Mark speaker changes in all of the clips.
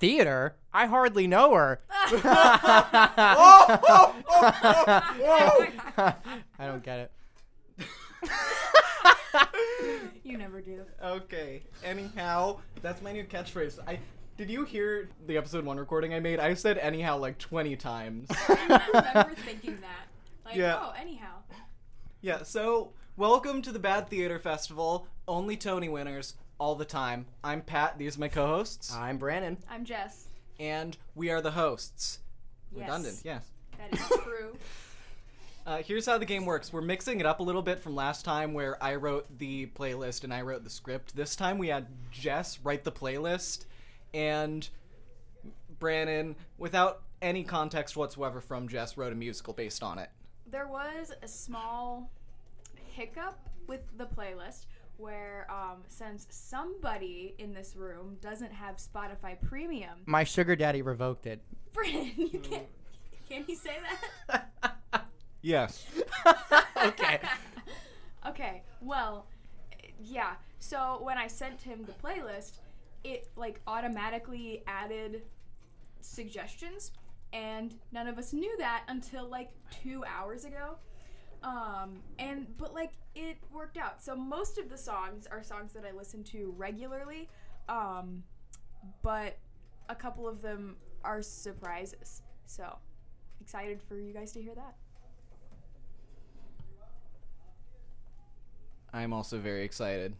Speaker 1: theater. I hardly know her. I don't get it.
Speaker 2: You never do.
Speaker 3: Okay. Anyhow, that's my new catchphrase. I did you hear the episode one recording I made? I said anyhow like twenty times.
Speaker 2: I remember thinking that. Like,
Speaker 3: Yeah.
Speaker 2: oh, anyhow.
Speaker 3: yeah. So welcome to the Bad Theater Festival. Only Tony winners all the time. I'm Pat. These are my co-hosts,
Speaker 1: I'm Brandon.
Speaker 2: I'm Jess.
Speaker 3: and we are the hosts.
Speaker 2: Yes.
Speaker 3: Redundant. Yes.
Speaker 2: That is true.
Speaker 3: Uh, here's how the game works. We're mixing it up a little bit from last time where I wrote the playlist and I wrote the script. This time we had Jess write the playlist and Brannon, without any context whatsoever from Jess, wrote a musical based on it.
Speaker 2: there was a small hiccup with the playlist where, um, since somebody in this room doesn't have Spotify Premium,
Speaker 1: My sugar daddy revoked it.
Speaker 2: Brandon, you can't. Can he say that?
Speaker 3: Yes.
Speaker 1: okay.
Speaker 2: Okay. Well, yeah. So when I sent him the playlist, it like automatically added suggestions, and none of us knew that until like two hours ago. Um, and but like it worked out. So most of the songs are songs that I listen to regularly, um, but a couple of them are surprises. So excited for you guys to hear that.
Speaker 3: I'm also very excited.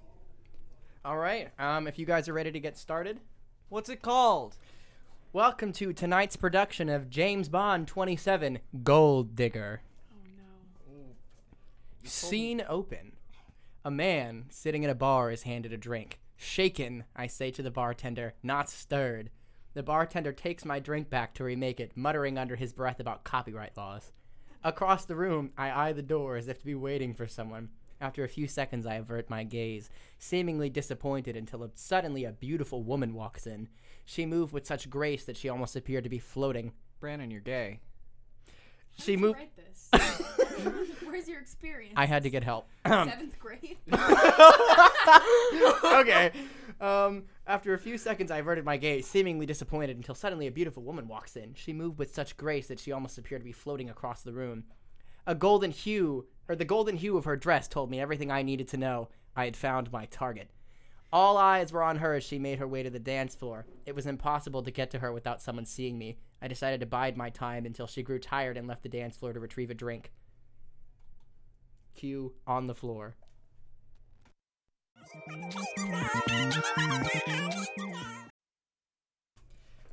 Speaker 1: All right. Um, if you guys are ready to get started,
Speaker 3: What's it called?
Speaker 1: welcome to tonight's production of James Bond 27 Gold Digger.
Speaker 2: Oh no.
Speaker 1: Scene open. A man sitting at a bar is handed a drink. Shaken, I say to the bartender, not stirred. The bartender takes my drink back to remake it, muttering under his breath about copyright laws. Across the room, I eye the door as if to be waiting for someone. After a few seconds, I avert my gaze, seemingly disappointed until suddenly a beautiful woman walks in. She moved with such grace that she almost appeared to be floating.
Speaker 3: Brannon, you're gay.
Speaker 1: She
Speaker 2: Did you
Speaker 1: moved.
Speaker 2: write this? Where's your experience?
Speaker 1: I had to get help.
Speaker 2: seventh grade.
Speaker 1: okay. Um, after a few seconds, I averted my gaze, seemingly disappointed, until suddenly a beautiful woman walks in. She moved with such grace that she almost appeared to be floating across the room. A golden hue, or the golden hue of her dress, told me everything I needed to know. I had found my target. All eyes were on her as she made her way to the dance floor. It was impossible to get to her without someone seeing me. I decided to bide my time until she grew tired and left the dance floor to retrieve a drink. Cue on the floor.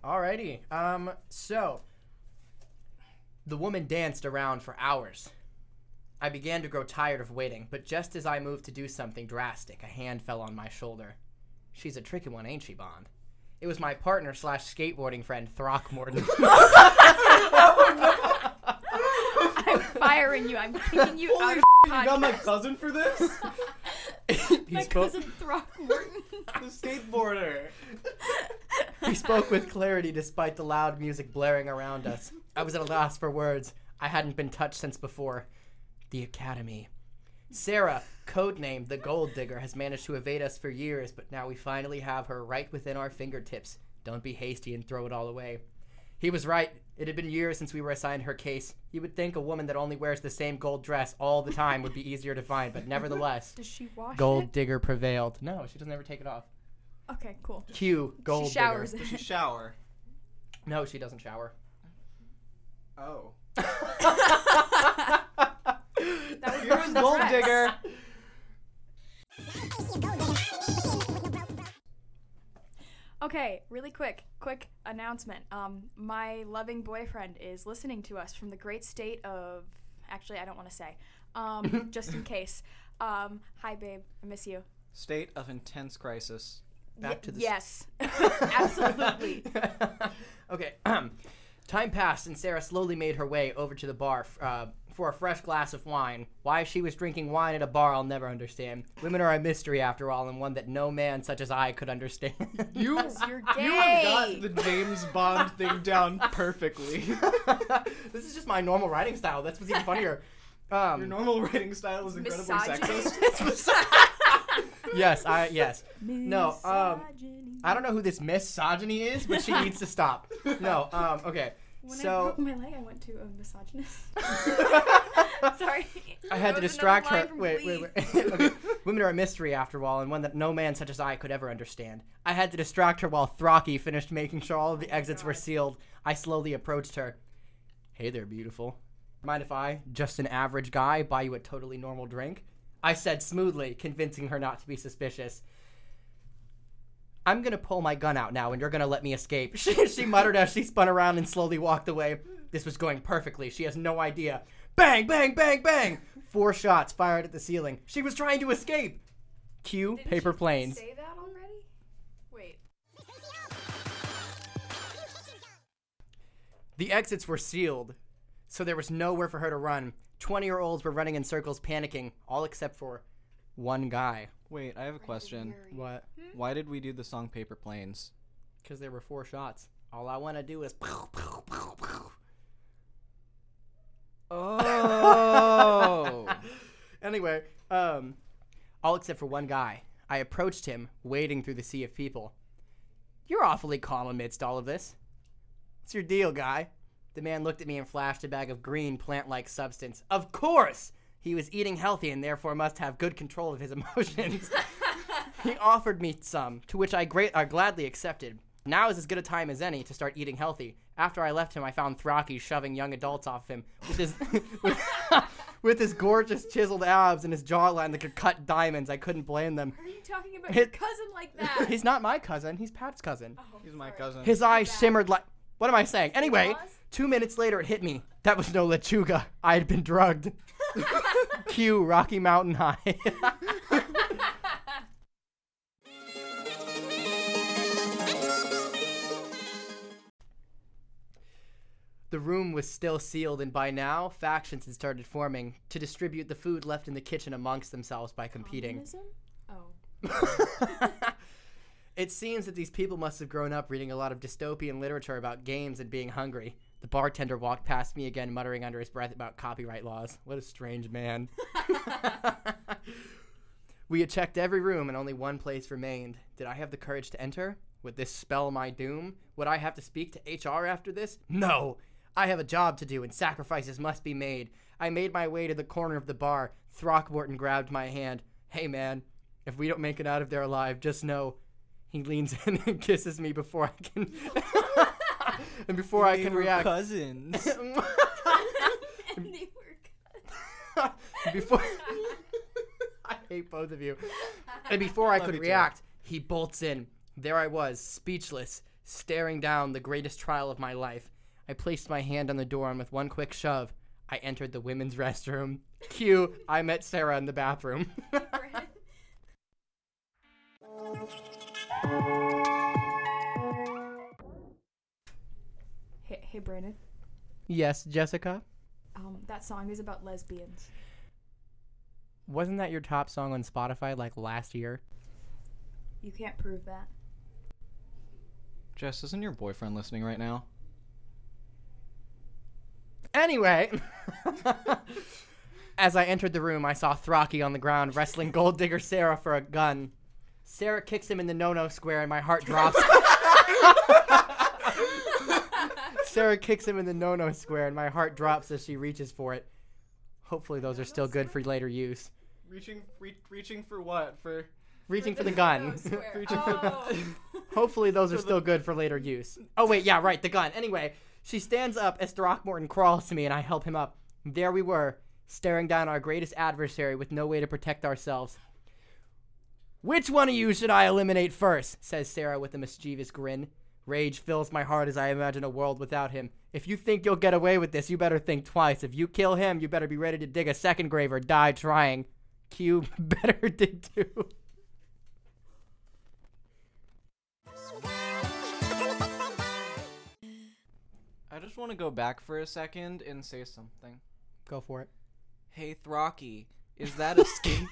Speaker 1: Alrighty. Um. So, the woman danced around for hours. I began to grow tired of waiting, but just as I moved to do something drastic, a hand fell on my shoulder. She's a tricky one, ain't she, Bond? It was my partner slash skateboarding friend Throckmorton.
Speaker 2: I'm firing you. I'm kicking you out of
Speaker 3: You got my cousin for this?
Speaker 1: he,
Speaker 2: my
Speaker 1: spoke,
Speaker 2: cousin Throckmorton.
Speaker 3: the skateboarder.
Speaker 1: he spoke with clarity despite the loud music blaring around us. I was at a loss for words. I hadn't been touched since before. The Academy. Sarah, codenamed the Gold Digger, has managed to evade us for years, but now we finally have her right within our fingertips. Don't be hasty and throw it all away. He was right. It had been years since we were assigned her case. You would think a woman that only wears the same gold dress all the time would be easier to find, but nevertheless,
Speaker 2: Does she wash
Speaker 1: Gold Digger prevailed. No, she doesn't ever take it off.
Speaker 2: it? Okay, cool.
Speaker 1: Q, Gold
Speaker 2: she showers
Speaker 1: Digger.
Speaker 2: in
Speaker 3: She
Speaker 2: it.
Speaker 3: shower.
Speaker 1: No, she doesn't shower.
Speaker 3: Oh.
Speaker 2: That was
Speaker 3: Here's Gold
Speaker 2: dress.
Speaker 3: Digger.
Speaker 2: Okay, really quick, quick announcement. Um, my loving boyfriend is listening to us from the great state of. Actually, I don't want to say. Um, just in case. Um, hi, babe. I miss you.
Speaker 3: State of intense crisis.
Speaker 1: Back
Speaker 2: Ye-
Speaker 1: to the
Speaker 2: yes, absolutely.
Speaker 1: okay. Time passed, and Sarah slowly made her way over to the bar f- uh, for a fresh glass of wine. Why she was drinking wine at a bar, I'll never understand. Women are a mystery, after all, and one that no man such as I could understand.
Speaker 3: You
Speaker 2: You're
Speaker 3: got
Speaker 2: gay.
Speaker 3: the James Bond thing down perfectly.
Speaker 1: this is just my normal writing style. That's what's even funnier.
Speaker 3: Your
Speaker 1: Um,
Speaker 3: normal writing style is incredibly
Speaker 2: Misogynist.
Speaker 3: sexist.
Speaker 1: yes, I yes. No, um, I don't know who this misogyny is, but she needs to stop. No, um, okay.
Speaker 4: When I
Speaker 1: so
Speaker 4: broke my leg, I went to a misogynist. Sorry.
Speaker 1: I
Speaker 4: That
Speaker 1: had to
Speaker 4: was another
Speaker 1: distract
Speaker 4: line
Speaker 1: her.
Speaker 4: from
Speaker 1: Wait, wait,
Speaker 4: Glee.
Speaker 1: wait. okay. Women are a mystery after all, and one that no man such as I could ever understand. I had to distract her while Throcky finished making sure all of the exits were sealed. I slowly approached her. Hey there, beautiful. Mind if I, just an average guy, buy you a totally normal drink? I said smoothly, convincing her not to be suspicious. I'm gonna pull my gun out now, and you're gonna let me escape. She, she muttered as she spun around and slowly walked away. This was going perfectly. She has no idea. Bang, bang, bang, bang! Four shots fired at the ceiling. She was trying to escape. Cue
Speaker 4: Didn't
Speaker 1: paper
Speaker 4: she
Speaker 1: planes.
Speaker 4: Say that already? Wait.
Speaker 1: The exits were sealed, so there was nowhere for her to run. Twenty-year-olds were running in circles, panicking, all except for one guy.
Speaker 3: Wait, I have a question.
Speaker 1: What?
Speaker 3: Why did we do the song Paper Planes?
Speaker 1: Because there were four shots. All I want to do is. Pow, pow, pow, pow.
Speaker 3: Oh.
Speaker 1: Anyway, um, all except for one guy. I approached him, wading through the sea of people. You're awfully calm amidst all of this. What's your deal, guy? The man looked at me and flashed a bag of green, plant like substance. Of course! He was eating healthy and therefore must have good control of his emotions. he offered me some, to which I, great, I gladly accepted. Now is as good a time as any to start eating healthy. After I left him, I found Thraki shoving young adults off him with his, with, with his gorgeous chiseled abs and his jawline that could cut diamonds. I couldn't blame them.
Speaker 4: Are you talking about your
Speaker 1: His-
Speaker 4: cousin like that?
Speaker 1: He's not my cousin, he's Pat's cousin.
Speaker 4: Oh,
Speaker 3: He's my
Speaker 4: sorry.
Speaker 3: cousin.
Speaker 1: His eyes
Speaker 4: bad.
Speaker 1: shimmered like. What am I saying? Anyway,
Speaker 4: was?
Speaker 1: two minutes later, it hit me. That was no lechuga. I had been drugged. Cue Rocky Mountain High. the room was still sealed, and by now, factions had started forming to distribute the food left in the kitchen amongst themselves by competing.
Speaker 4: Oh.
Speaker 1: it seems that these people must have grown up reading a lot of dystopian literature about games and being hungry. The bartender walked past me again, muttering under his breath about copyright laws. What a strange man. we had checked every room and only one place remained. Did I have the courage to enter? Would this spell my doom? Would I have to speak to HR after this? No! I have a job to do and sacrifices must be made. I made my way to the corner of the bar. Throckmorton grabbed my hand. Hey man, if we don't make it out of there alive, just know he leans in and kisses me before I can and before I
Speaker 3: They
Speaker 1: can
Speaker 3: were
Speaker 1: react.
Speaker 3: Cousins.
Speaker 4: and they were
Speaker 1: before I hate both of you. And before I
Speaker 3: Love
Speaker 1: could
Speaker 3: you too.
Speaker 1: react, he bolts in. There I was, speechless, staring down the greatest trial of my life. I placed my hand on the door and with one quick shove, I entered the women's restroom. Cue, I met Sarah in the bathroom.
Speaker 4: good. hey, hey, Brandon.
Speaker 1: yes, Jessica?
Speaker 4: Um, that song is about lesbians.
Speaker 1: Wasn't that your top song on Spotify like last year?
Speaker 4: You can't prove that.
Speaker 3: Jess, isn't your boyfriend listening right now?
Speaker 1: Anyway, as I entered the room, I saw Thraki on the ground wrestling Gold Digger Sarah for a gun. Sarah kicks him in the no-no square, and my heart drops. Sarah kicks him in the no-no square, and my heart drops as she reaches for it. Hopefully, those are still good for later use.
Speaker 3: Reaching, re- reaching for what? For
Speaker 1: Reaching for the gun.
Speaker 3: Reaching for
Speaker 4: Oh.
Speaker 1: Hopefully, those are still good for later use. Oh, wait, yeah, right, the gun. Anyway, she stands up as Throckmorton crawls to me and I help him up. There we were, staring down our greatest adversary with no way to protect ourselves. Which one of you should I eliminate first? says Sarah with a mischievous grin. Rage fills my heart as I imagine a world without him. If you think you'll get away with this, you better think twice. If you kill him, you better be ready to dig a second grave or die trying. Q better did too.
Speaker 3: I just want to go back for a second and say something.
Speaker 1: Go for it.
Speaker 3: Hey, Throcky, is that a skate?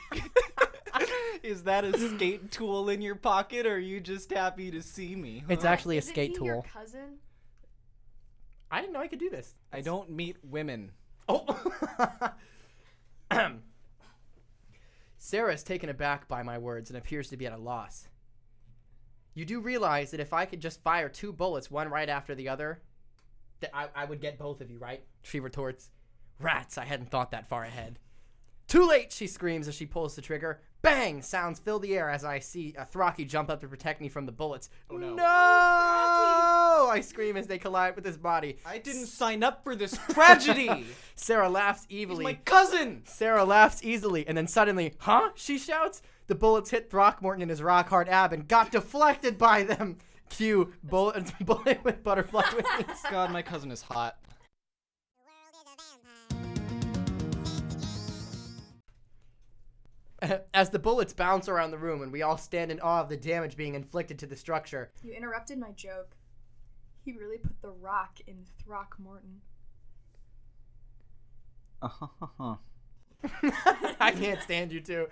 Speaker 3: is that a skate tool in your pocket, or are you just happy to see me?
Speaker 1: It's
Speaker 3: huh?
Speaker 1: actually a skate tool.
Speaker 4: Your cousin?
Speaker 1: I didn't know I could do this.
Speaker 3: I don't meet women.
Speaker 1: Oh. Sarah is taken aback by my words and appears to be at a loss. You do realize that if I could just fire two bullets, one right after the other, that I, I would get both of you, right? She retorts. Rats, I hadn't thought that far ahead. Too late, she screams as she pulls the trigger. Bang! Sounds fill the air as I see a Thraki jump up to protect me from the bullets. Oh,
Speaker 3: no.
Speaker 1: no! I scream as they collide with his body.
Speaker 3: I didn't sign up for this tragedy.
Speaker 1: Sarah laughs
Speaker 3: He's
Speaker 1: evilly.
Speaker 3: my cousin.
Speaker 1: Sarah laughs easily, and then suddenly, huh? She shouts. The bullets hit Throckmorton in his rock hard ab and got deflected by them. Cue bullet, bullet with butterfly wings.
Speaker 3: God, my cousin is hot.
Speaker 1: As the bullets bounce around the room, and we all stand in awe of the damage being inflicted to the structure.
Speaker 4: You interrupted my joke. He really put the rock in Throckmorton.
Speaker 1: I can't stand you two.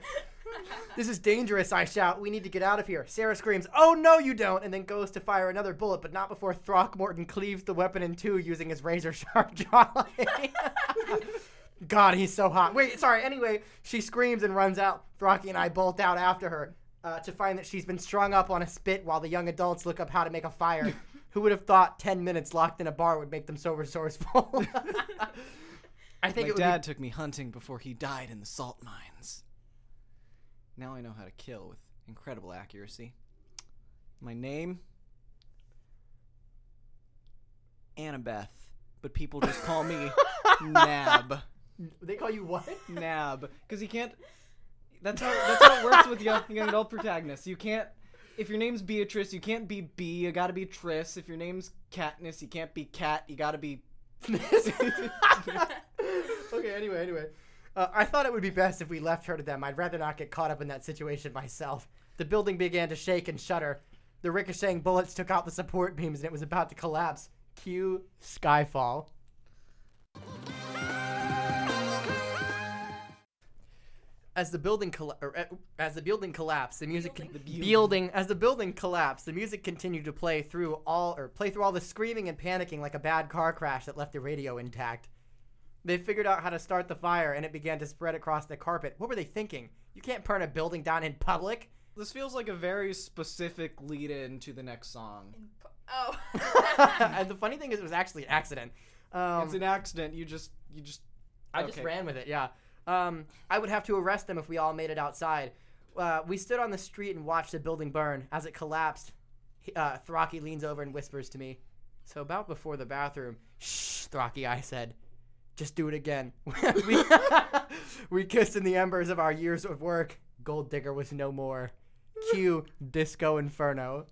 Speaker 1: This is dangerous, I shout. We need to get out of here. Sarah screams, Oh, no, you don't, and then goes to fire another bullet, but not before Throckmorton cleaves the weapon in two using his razor sharp jawline. God, he's so hot. Wait, sorry. Anyway, she screams and runs out. Throcky and I bolt out after her uh, to find that she's been strung up on a spit while the young adults look up how to make a fire. Who would have thought 10 minutes locked in a bar would make them so resourceful? I think
Speaker 3: My
Speaker 1: it would be
Speaker 3: dad took me hunting before he died in the salt mines. Now I know how to kill with incredible accuracy. My name? Annabeth. But people just call me Nab.
Speaker 1: They call you what?
Speaker 3: Nab. Because he can't. That's how, that's how it works with young, young adult protagonists. You can't. If your name's Beatrice, you can't be B. You gotta be Triss. If your name's Katniss, you can't be Cat. You gotta be.
Speaker 1: okay, anyway, anyway. Uh, I thought it would be best if we left her to them. I'd rather not get caught up in that situation myself. The building began to shake and shudder. The ricocheting bullets took out the support beams and it was about to collapse. Cue Skyfall. As the building colla- or, uh, as the building collapsed, the music con-
Speaker 4: Building?
Speaker 1: the building as the building collapsed, the music continued to play through all or play through all the screaming and panicking like a bad car crash that left the radio intact. They figured out how to start the fire and it began to spread across the carpet. What were they thinking? You can't burn a building down in public.
Speaker 3: This feels like a very specific lead in to the next song.
Speaker 4: In pu- oh.
Speaker 1: and the funny thing is, it was actually an accident. Um,
Speaker 3: it's an accident. You just. You just.
Speaker 1: I just
Speaker 3: okay.
Speaker 1: ran with it, yeah. Um, I would have to arrest them if we all made it outside. Uh, we stood on the street and watched the building burn. As it collapsed, he- uh, Thraki leans over and whispers to me. So about before the bathroom, shh, Thraki, I said, just do it again. we, we kissed in the embers of our years of work. Gold Digger was no more. Cue Disco Inferno.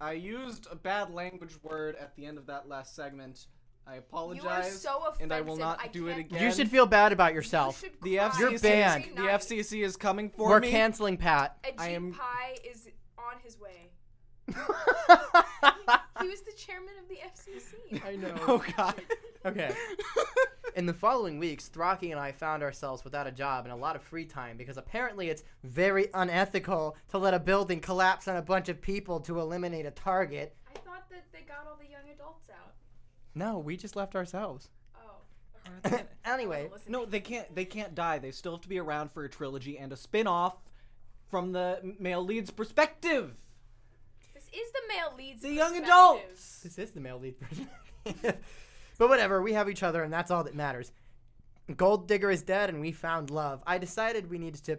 Speaker 3: I used a bad language word at the end of that last segment. I
Speaker 4: You are
Speaker 3: apologize.
Speaker 4: so offensive.
Speaker 3: and I will not do it
Speaker 4: can't-
Speaker 3: again.
Speaker 1: You should feel bad about
Speaker 4: you
Speaker 1: yourself.
Speaker 4: should
Speaker 3: the
Speaker 4: cry.
Speaker 3: FCC,
Speaker 1: You're banned.
Speaker 4: Every
Speaker 3: The
Speaker 4: night.
Speaker 3: FCC is coming for
Speaker 1: We're
Speaker 3: me.
Speaker 1: canceling Pat.
Speaker 4: A Jeep
Speaker 3: I am-
Speaker 4: Pie is on his way. He was the chairman of the FCC.
Speaker 1: I know.
Speaker 3: oh God.
Speaker 1: Okay. In the following weeks, Thraki and I found ourselves without a job and a lot of free time because apparently it's very unethical to let a building collapse on a bunch of people to eliminate a target.
Speaker 4: I thought that they got all the young adults out.
Speaker 1: No, we just left ourselves.
Speaker 4: Oh.
Speaker 1: anyway,
Speaker 4: Listen.
Speaker 3: No, they can't. They can't die. They still have to be around for a trilogy and a spin-off from the m- male lead's perspective.
Speaker 4: This is the male leads.
Speaker 3: The young
Speaker 4: perspective.
Speaker 3: adults.
Speaker 1: this is the male lead perspective. but whatever, we have each other and that's all that matters. Gold Digger is dead and we found love. I decided we needed to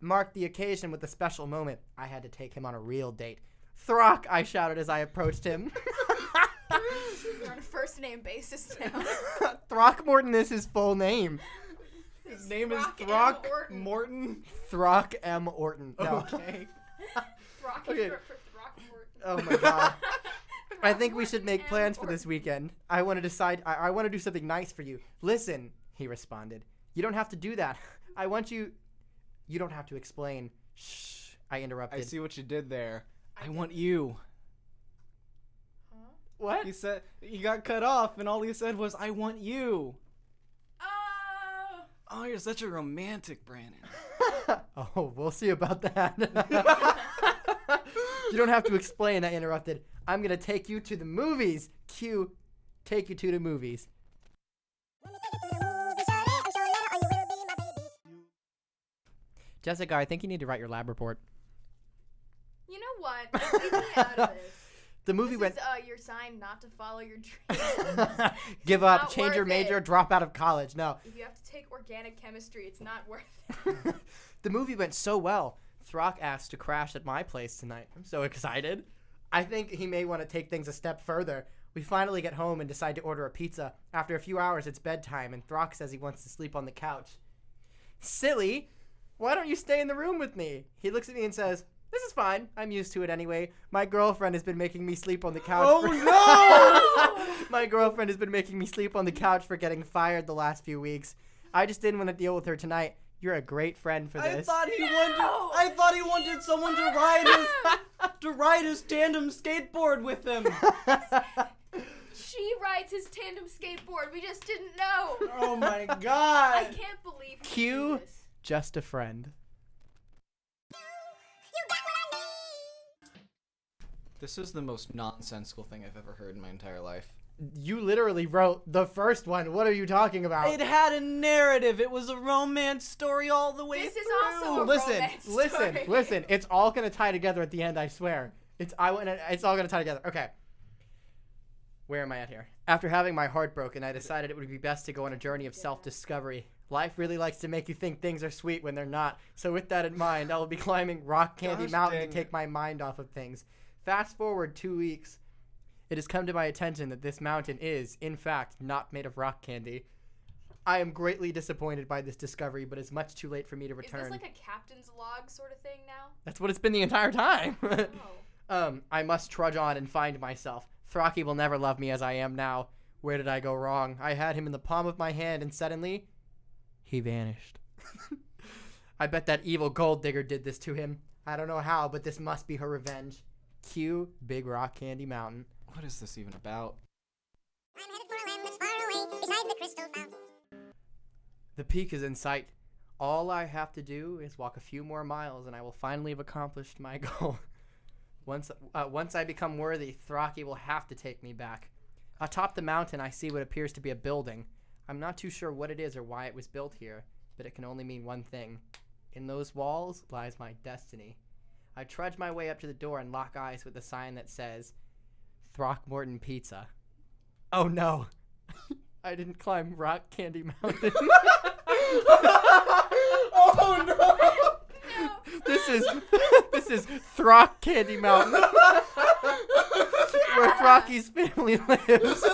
Speaker 1: mark the occasion with a special moment. I had to take him on a real date. Throck, I shouted as I approached him.
Speaker 4: You're on a first name basis now.
Speaker 1: Throckmorton is his full name.
Speaker 3: His name is
Speaker 4: Throck M.
Speaker 3: Throck
Speaker 4: Orton.
Speaker 3: Morton.
Speaker 1: Throck M. Orton. No.
Speaker 3: Okay.
Speaker 4: Rock
Speaker 1: Okay.
Speaker 4: for, for Throckmorton.
Speaker 1: Oh my god. I think we
Speaker 4: Throckmorton
Speaker 1: should make
Speaker 4: and
Speaker 1: plans for
Speaker 4: Orton.
Speaker 1: this weekend. I want to decide. I, I want to do something nice for you. Listen, he responded. You don't have to do that. I want you. You don't have to explain. Shh. I interrupted.
Speaker 3: I see what you did there. I,
Speaker 4: did.
Speaker 3: want you.
Speaker 1: What?
Speaker 3: He said he got cut off, and all he said was, "I want you."
Speaker 4: Oh.
Speaker 3: Oh, you're such a romantic, Brandon.
Speaker 1: oh, we'll see about that. you don't have to explain. I interrupted. I'm gonna take you to the movies. Cue, take you to the movies.
Speaker 2: Let me take you to the
Speaker 1: Jessica, I think you need to write your lab report.
Speaker 2: You know what? Leave me out of this.
Speaker 1: The movie
Speaker 2: This is
Speaker 1: went
Speaker 2: uh, your sign not to follow your dreams.
Speaker 1: give up,
Speaker 2: not
Speaker 1: change your
Speaker 2: worth
Speaker 1: major,
Speaker 2: it.
Speaker 1: drop out of college. No.
Speaker 2: if you have to take organic chemistry, it's not worth it.
Speaker 1: the movie went so well. Throck asked to crash at my place tonight. I'm so excited. I think he may want to take things a step further. We finally get home and decide to order a pizza. After a few hours, it's bedtime, and Throck says he wants to sleep on the couch. Silly! Why don't you stay in the room with me? He looks at me and says, This is fine. I'm used to it anyway. My girlfriend has been making me sleep on the couch.
Speaker 3: Oh,
Speaker 1: for-
Speaker 3: no!
Speaker 1: My girlfriend has been making me sleep on the couch for getting fired the last few weeks. I just didn't want to deal with her tonight. You're a great friend for
Speaker 3: I
Speaker 1: this.
Speaker 3: thought he wanted. I thought he wanted someone to ride his to ride his tandem skateboard with him.
Speaker 2: She rides his tandem skateboard. We just didn't know.
Speaker 3: Oh my
Speaker 2: I
Speaker 3: god!
Speaker 2: can't believe. he
Speaker 1: Cue-
Speaker 2: did this.
Speaker 1: just a friend.
Speaker 3: This is the most nonsensical thing I've ever heard in my entire life.
Speaker 1: You literally wrote the first one. What are you talking about?
Speaker 3: It had a narrative. It was a romance story all the way
Speaker 2: This
Speaker 3: through.
Speaker 2: is also a
Speaker 1: listen,
Speaker 2: romance
Speaker 1: listen,
Speaker 2: story.
Speaker 1: listen. It's all gonna tie together at the end. I swear. It's I want. It's all gonna tie together. Okay. Where am I at here? After having my heart broken, I decided it would be best to go on a journey of self-discovery. Life really likes to make you think things are sweet when they're not. So with that in mind, I will be climbing Rock Candy
Speaker 3: Gosh
Speaker 1: Mountain to
Speaker 3: dang
Speaker 1: take my mind off of things. Fast forward 2 weeks. It has come to my attention that this mountain is, in fact, not made of rock candy. I am greatly disappointed by this discovery, but it's much too late for me to
Speaker 2: Is
Speaker 1: return.
Speaker 2: this like a captain's log sort of thing now?
Speaker 1: That's what it's been the entire time.
Speaker 2: Oh.
Speaker 1: um, I must trudge on and find myself. Thraki will never love me as I am now. Where did I go wrong? I had him in the palm of my hand, and suddenly, he vanished. I bet that evil gold digger did this to him. I don't know how, but this must be her revenge. Cue Big Rock Candy Mountain.
Speaker 3: What is this even about?
Speaker 5: I'm headed for a land that's far away, beside the crystal fountain.
Speaker 1: The peak is in sight. All I have to do is walk a few more miles, and I will finally have accomplished my goal. once, uh, once I become worthy, Thraki will have to take me back. Atop the mountain, I see what appears to be a building. I'm not too sure what it is or why it was built here, but it can only mean one thing. In those walls lies my destiny. I trudge my way up to the door and lock eyes with the sign that says, Throckmorton Pizza. Oh no! I didn't climb Rock Candy Mountain.
Speaker 3: oh
Speaker 1: This is this is Throck Candy Mountain, where Throcky's family lives.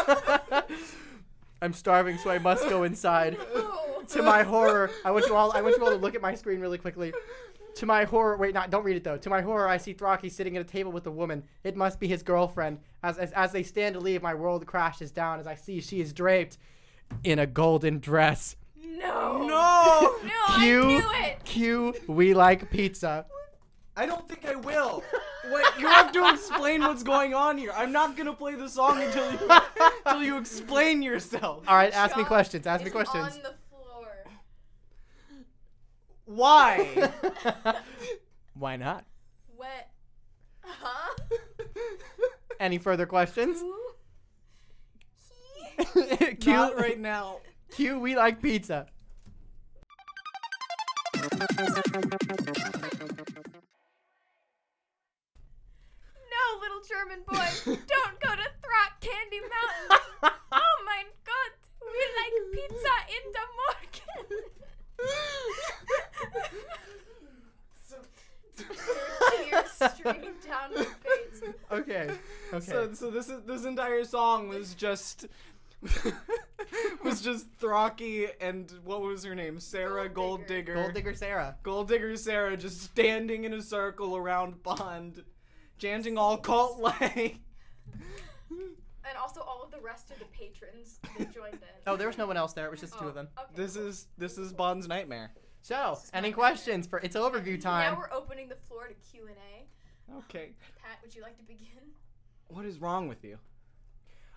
Speaker 1: I'm starving, so I must go inside. To my horror, I want you all. I want you all to look at my screen really quickly. To my horror, wait, not don't read it though. To my horror, I see Throcky sitting at a table with a woman. It must be his girlfriend. As as, as they stand to leave, my world crashes down as I see she is draped in a golden dress.
Speaker 2: No.
Speaker 3: no! No!
Speaker 2: No,
Speaker 1: Cue-
Speaker 2: I knew it.
Speaker 1: Q, we like pizza.
Speaker 3: I don't think I will. Wait, you have to explain what's going on here. I'm not gonna play the song until you until you explain yourself.
Speaker 1: All right, ask me
Speaker 2: Shop
Speaker 1: questions. Ask me
Speaker 2: It's
Speaker 1: questions.
Speaker 2: On the floor.
Speaker 3: Why?
Speaker 1: Why not?
Speaker 2: What? Huh?
Speaker 1: Any further questions?
Speaker 2: Who?
Speaker 1: Q,
Speaker 3: Not right now.
Speaker 1: Q, we like pizza.
Speaker 2: No, little German boy, don't go to Throck Candy Mountain. oh my God, we like pizza in the morning. Tears streaming down her face.
Speaker 1: Okay. Okay.
Speaker 3: So, so this is this entire song was just was just Throcky and what was her name? Sarah Gold
Speaker 2: Gold
Speaker 3: Digger.
Speaker 1: Gold digger Sarah.
Speaker 3: Gold Digger Sarah just standing in a circle around Bond, chanting all cult like.
Speaker 2: And also all of the rest of the patrons that joined in. Oh,
Speaker 1: Oh, there was no one else there. It was just two of them.
Speaker 2: Okay.
Speaker 3: This is this is Bond's nightmare.
Speaker 1: So, any questions for it's overview time?
Speaker 2: Now we're opening the floor to Q and A.
Speaker 3: Okay.
Speaker 2: Pat, would you like to begin?
Speaker 3: What is wrong with you?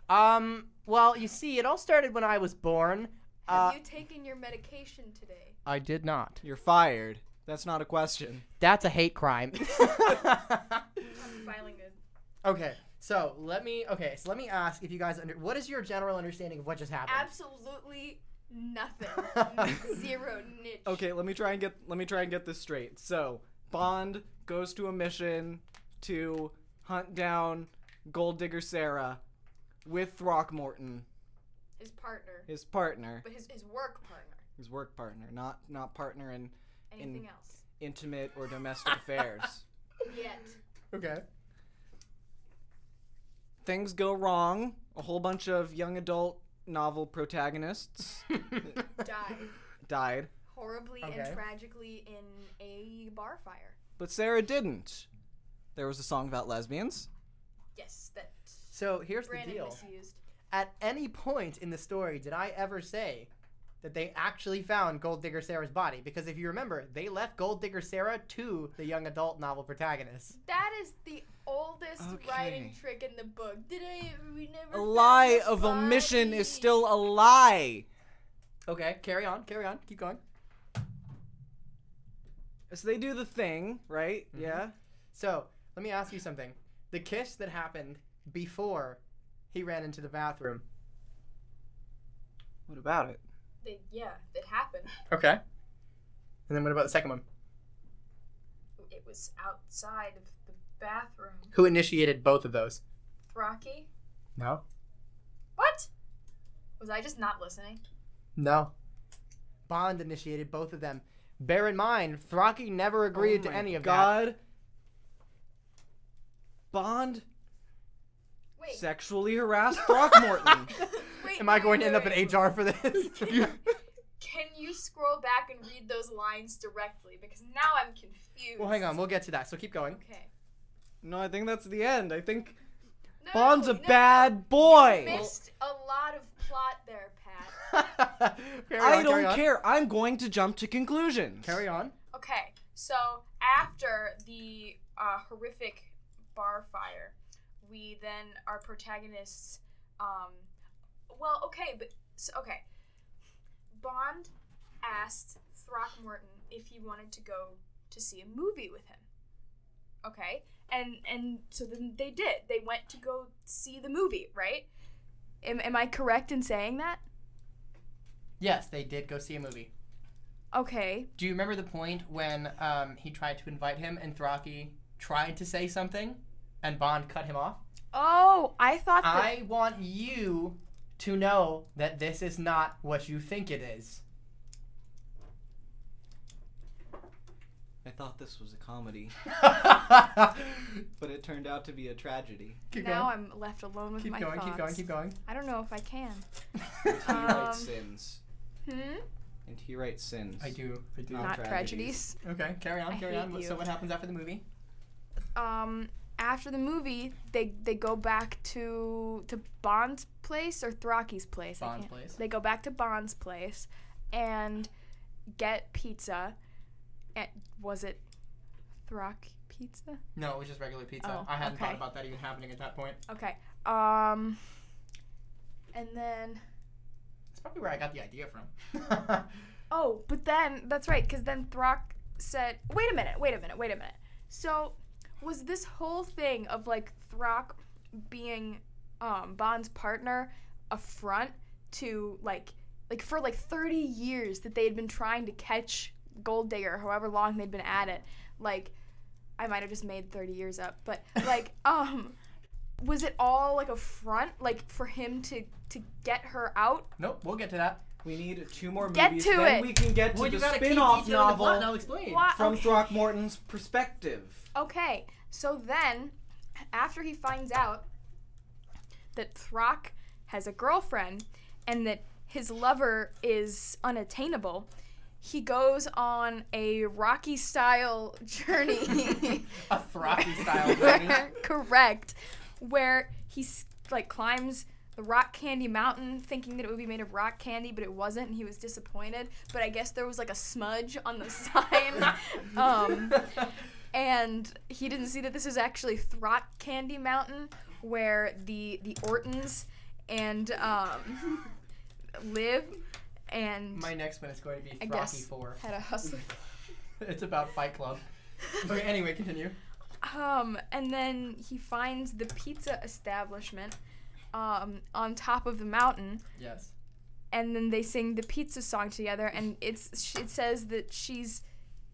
Speaker 1: Um. Well, you see, it all started when I was born. Uh,
Speaker 2: Have you taken your medication today?
Speaker 1: I did not.
Speaker 3: You're fired. That's not a question.
Speaker 1: That's a hate crime.
Speaker 2: I'm filing a
Speaker 1: okay. So let me. Okay. So let me ask if you guys under. What is your general understanding of what just happened?
Speaker 2: absolutely Nothing. Zero niche.
Speaker 3: Okay, let me try and get let me try and get this straight. So Bond goes to a mission to hunt down Gold Digger Sarah with Throckmorton,
Speaker 2: His partner.
Speaker 3: his partner,
Speaker 2: But his, his work partner.
Speaker 3: his work partner, not not partner in
Speaker 2: Anything
Speaker 3: In-
Speaker 2: else.
Speaker 3: intimate or domestic affairs.
Speaker 2: Yet.
Speaker 1: Okay.
Speaker 3: Things go wrong. A whole bunch of young adult novel protagonists
Speaker 2: Died.
Speaker 3: died,
Speaker 2: Horribly
Speaker 1: Okay.
Speaker 2: and tragically in a bar fire.
Speaker 3: but Sarah didn't. There was a song about lesbians.
Speaker 2: Yes, that
Speaker 1: so here's the
Speaker 2: Brandon
Speaker 1: deal.
Speaker 2: misused.
Speaker 1: At any point in the story, did I ever say that they actually found Gold Digger Sarah's body? Because if you remember, they left Gold Digger Sarah to the young adult novel protagonist.
Speaker 2: That is the oldest writing
Speaker 3: Okay.
Speaker 2: trick in the book. Did I? We never.
Speaker 3: A
Speaker 2: found
Speaker 3: lie
Speaker 2: the
Speaker 3: of omission
Speaker 2: body.
Speaker 3: is still a lie.
Speaker 1: Okay, carry on, carry on, keep going.
Speaker 3: So they do the thing, right? Yeah.
Speaker 1: So let me ask you something. The kiss that happened before he ran into the bathroom.
Speaker 3: What about it?
Speaker 2: They- yeah, it happened.
Speaker 1: Okay. And then what about the second one?
Speaker 2: It was outside of the bathroom.
Speaker 1: Who initiated both of those?
Speaker 2: Throcky.
Speaker 1: No.
Speaker 2: What? Was I just not listening?
Speaker 1: No. Bond initiated both of them. Bear in mind, Throcky never agreed to any of that.
Speaker 3: Oh God. Bond
Speaker 2: Wait.
Speaker 3: sexually harassed Throckmorton.
Speaker 2: wait
Speaker 1: Am I
Speaker 2: wait,
Speaker 1: going to end
Speaker 2: wait,
Speaker 1: up in
Speaker 2: wait.
Speaker 1: HR for this?
Speaker 2: Can you scroll back and read those lines directly? Because now I'm confused.
Speaker 1: well, hang on. We'll get to that. So keep going.
Speaker 2: Okay.
Speaker 3: no, I think that's the end. I think
Speaker 2: No,
Speaker 3: Bond's a
Speaker 2: no, no,
Speaker 3: bad boy.
Speaker 2: No. Missed a lot of plot there, Pat.
Speaker 1: Carry
Speaker 3: I
Speaker 1: on,
Speaker 3: don't
Speaker 1: carry on.
Speaker 3: care. I'm going to jump to conclusions.
Speaker 1: Carry on.
Speaker 2: Okay, so after the uh, horrific bar fire, we then our protagonists. Um, well, okay, but so, okay. Bond asked Throckmorton if he wanted to go to see a movie with him. Okay, and and so then they did. They went to go see the movie, right? Am, am I correct in saying that?
Speaker 1: Yes, they did go see a movie.
Speaker 2: Okay.
Speaker 1: Do you remember the point when um, he tried to invite him and Throcky tried to say something and Bond cut him off?
Speaker 2: Oh, I thought that.
Speaker 1: I want you to know that this is not what you think it is.
Speaker 3: I thought this was a comedy,
Speaker 1: keep
Speaker 3: but it turned out to be a tragedy.
Speaker 2: now I'm left alone with
Speaker 1: keep
Speaker 2: my
Speaker 1: going,
Speaker 2: thoughts.
Speaker 1: keep going, keep going,
Speaker 2: I don't know if I can.
Speaker 3: He writes
Speaker 2: Um,
Speaker 3: sins.
Speaker 2: Hmm?
Speaker 3: And he writes sins.
Speaker 1: I do, I do.
Speaker 3: Not
Speaker 2: Not tragedies.
Speaker 3: tragedies.
Speaker 1: Okay, carry on,
Speaker 2: I
Speaker 1: carry
Speaker 2: hate
Speaker 1: on. What-
Speaker 2: you.
Speaker 1: So what happens after the movie?
Speaker 2: Um, after the movie, they they go back to to Bond's place or Throcky's place. I
Speaker 1: Bond's
Speaker 2: can't-
Speaker 1: place.
Speaker 2: They go back to Bond's place and get pizza. And was it Throck pizza?
Speaker 1: No, it was just regular pizza.
Speaker 2: Oh,
Speaker 1: I hadn't thought
Speaker 2: okay.
Speaker 1: about that even happening at that point.
Speaker 2: Okay. Um, and then
Speaker 1: That's probably where I got the idea from.
Speaker 2: Oh, but then that's right, because then Throck said, "Wait a minute, wait a minute, wait a minute." So, was this whole thing of like Throck being um, Bond's partner a front to like, like for like thirty years that they had been trying to catch Gold Digger, however long they'd been at it? Like, I might have just made thirty years up, but like, um, was it all like a front, like for him to to get her out?
Speaker 1: nope, we'll get to that.
Speaker 3: We need two more
Speaker 2: Get
Speaker 3: movies.
Speaker 2: to
Speaker 3: then
Speaker 2: it.
Speaker 3: we can get to
Speaker 1: Well,
Speaker 3: the oh,
Speaker 1: you gotta keep
Speaker 3: spin-off
Speaker 1: detail in the plot
Speaker 3: novel
Speaker 1: and I'll explain.
Speaker 2: Why-
Speaker 3: from
Speaker 2: okay.
Speaker 3: Throckmorton's perspective.
Speaker 2: Okay, so then, after he finds out that Throck has a girlfriend and that his lover is unattainable, he goes on a Rocky style journey.
Speaker 1: A Throcky style movie.
Speaker 2: Where- correct. Where he s- like climbs the rock candy mountain thinking that it would be made of rock candy but it wasn't and he was disappointed but i guess there was like a smudge on the sign um, and he didn't see that this is actually Throt Candy Mountain, where the the Ortons and um, live and
Speaker 1: My next one is going to be
Speaker 2: I
Speaker 1: Throcky
Speaker 2: guess
Speaker 1: 4.
Speaker 2: had a hustler.
Speaker 1: It's about Fight Club. Okay, anyway, continue.
Speaker 2: Um, and then he finds the pizza establishment um, on top of the mountain,
Speaker 1: Yes.
Speaker 2: and then they sing the pizza song together, and it's sh- it says that she's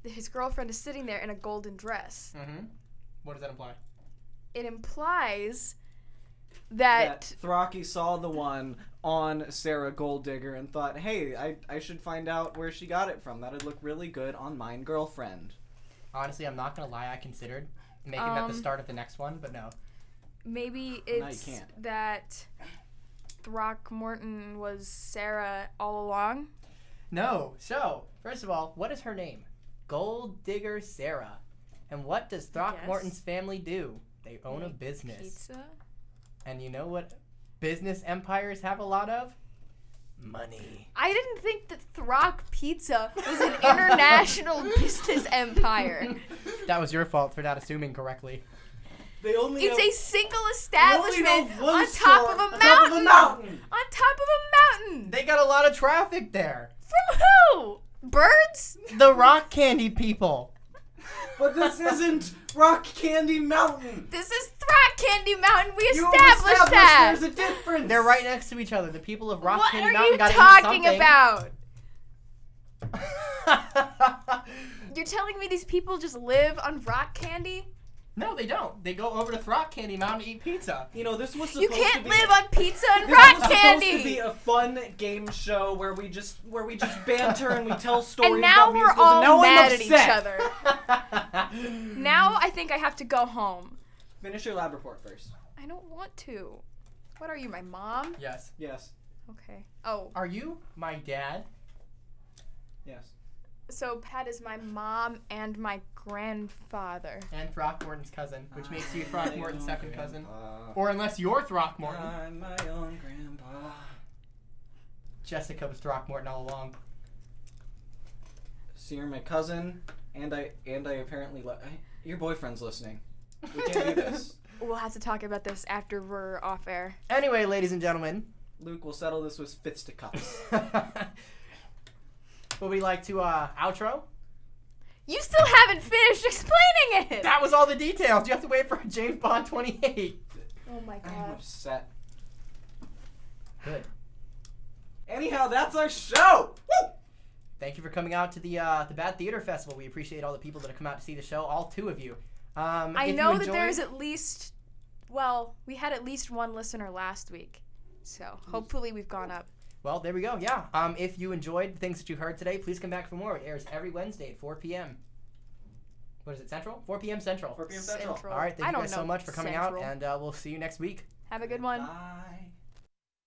Speaker 2: his girlfriend is sitting there in a golden dress.
Speaker 1: Mm-hmm. What does that imply?
Speaker 2: It implies
Speaker 3: That
Speaker 2: that
Speaker 3: Thraki saw the one on Sarah Gold Digger and thought, hey, I, I should find out where she got it from. That'd look really good on Mine Girlfriend.
Speaker 1: Honestly, I'm not gonna lie. I considered making that the
Speaker 2: Um,
Speaker 1: start of the next one, but no.
Speaker 2: maybe
Speaker 3: you
Speaker 2: it's
Speaker 3: can't.
Speaker 2: that Throckmorton was Sarah all along.
Speaker 1: No. So, first of all, what is her name? Gold Digger Sarah. And what does Throckmorton's family do? They own a
Speaker 2: Make
Speaker 1: business.
Speaker 2: Pizza.
Speaker 1: And you know what business empires have a lot of? Money.
Speaker 2: I didn't think that Throck Pizza was an international business empire.
Speaker 1: That was your fault for not assuming correctly.
Speaker 3: They only
Speaker 2: It's
Speaker 3: know-
Speaker 2: a single
Speaker 3: they only know
Speaker 2: establishment
Speaker 3: one
Speaker 2: on
Speaker 3: store
Speaker 2: top of a
Speaker 3: on top of
Speaker 2: mountain. On top of a mountain.
Speaker 1: They got a lot of traffic there.
Speaker 2: From who? Birds?
Speaker 1: The rock candy people.
Speaker 3: But this isn't Rock Candy Mountain.
Speaker 2: This is Throck Candy Mountain. We
Speaker 3: You
Speaker 2: established
Speaker 3: established
Speaker 2: that.
Speaker 3: There's a difference.
Speaker 1: They're right next to each other. The people of Rock
Speaker 2: What
Speaker 1: Candy
Speaker 2: are
Speaker 1: Mountain
Speaker 2: you
Speaker 1: gotta
Speaker 2: talking
Speaker 1: eat
Speaker 2: about?
Speaker 1: about?
Speaker 2: You're telling me these people just live on rock candy?
Speaker 1: no, they don't. They go over to Rock Candy Mountain to eat pizza.
Speaker 3: You know, this was supposed
Speaker 2: You can't
Speaker 3: to be
Speaker 2: live on pizza and
Speaker 3: This
Speaker 2: rock
Speaker 3: was supposed to be
Speaker 2: candy.
Speaker 3: a fun game show where we just where we just banter and we tell stories
Speaker 2: And now
Speaker 3: about
Speaker 2: we're
Speaker 3: musicals,
Speaker 2: all
Speaker 3: and now
Speaker 2: mad
Speaker 3: I'm
Speaker 2: at each
Speaker 3: upset.
Speaker 2: other. Now I think I have to go home.
Speaker 3: Finish your lab report first.
Speaker 2: I don't want to. What are you, my mom?
Speaker 1: yes.
Speaker 3: Yes.
Speaker 2: Okay. Oh,
Speaker 1: Are you my dad?
Speaker 3: Yes.
Speaker 2: so Pat is my mom and my grandfather.
Speaker 1: And Throckmorton's cousin, which makes you
Speaker 3: I'm
Speaker 1: Throckmorton's
Speaker 3: my own
Speaker 1: second cousin.
Speaker 3: grandpa.
Speaker 1: Or unless you're Throckmorton.
Speaker 3: I'm my own grandpa.
Speaker 1: Jessica was Throckmorton all along.
Speaker 3: So you're my cousin, and I and I apparently le- I, your boyfriend's listening. We can't do this.
Speaker 2: We'll have to talk about this after we're off air.
Speaker 1: Anyway, ladies and gentlemen,
Speaker 3: Luke, we'll settle this with fisticuffs.
Speaker 1: would we like to uh, outro?
Speaker 2: You still haven't finished explaining it.
Speaker 1: That was all the details. You have to wait for James Bond 28.
Speaker 2: Oh my
Speaker 3: I'm
Speaker 2: god.
Speaker 3: upset.
Speaker 1: Good.
Speaker 3: Anyhow, that's our show. Woo!
Speaker 1: Thank you for coming out to the uh, the Bad Theater Festival. We appreciate all the people that have come out to see the show. All two of you. Um,
Speaker 2: I
Speaker 1: if you
Speaker 2: know that
Speaker 1: enjoyed-
Speaker 2: there is at least well, we had at least one listener last week. So, hopefully we've gone up.
Speaker 1: Well, there we go. Yeah. Um, if you enjoyed the things that you heard today, please come back for more. It airs every Wednesday at 4 p.m. What is it? Central? 4 p.m. Central.
Speaker 3: 4 p.m. Central.
Speaker 1: All right. Thank
Speaker 2: I
Speaker 1: you
Speaker 2: don't
Speaker 1: guys
Speaker 2: know.
Speaker 1: so much for coming
Speaker 2: Central.
Speaker 1: out, and uh, we'll see you next week.
Speaker 2: Have a good one.
Speaker 3: Bye.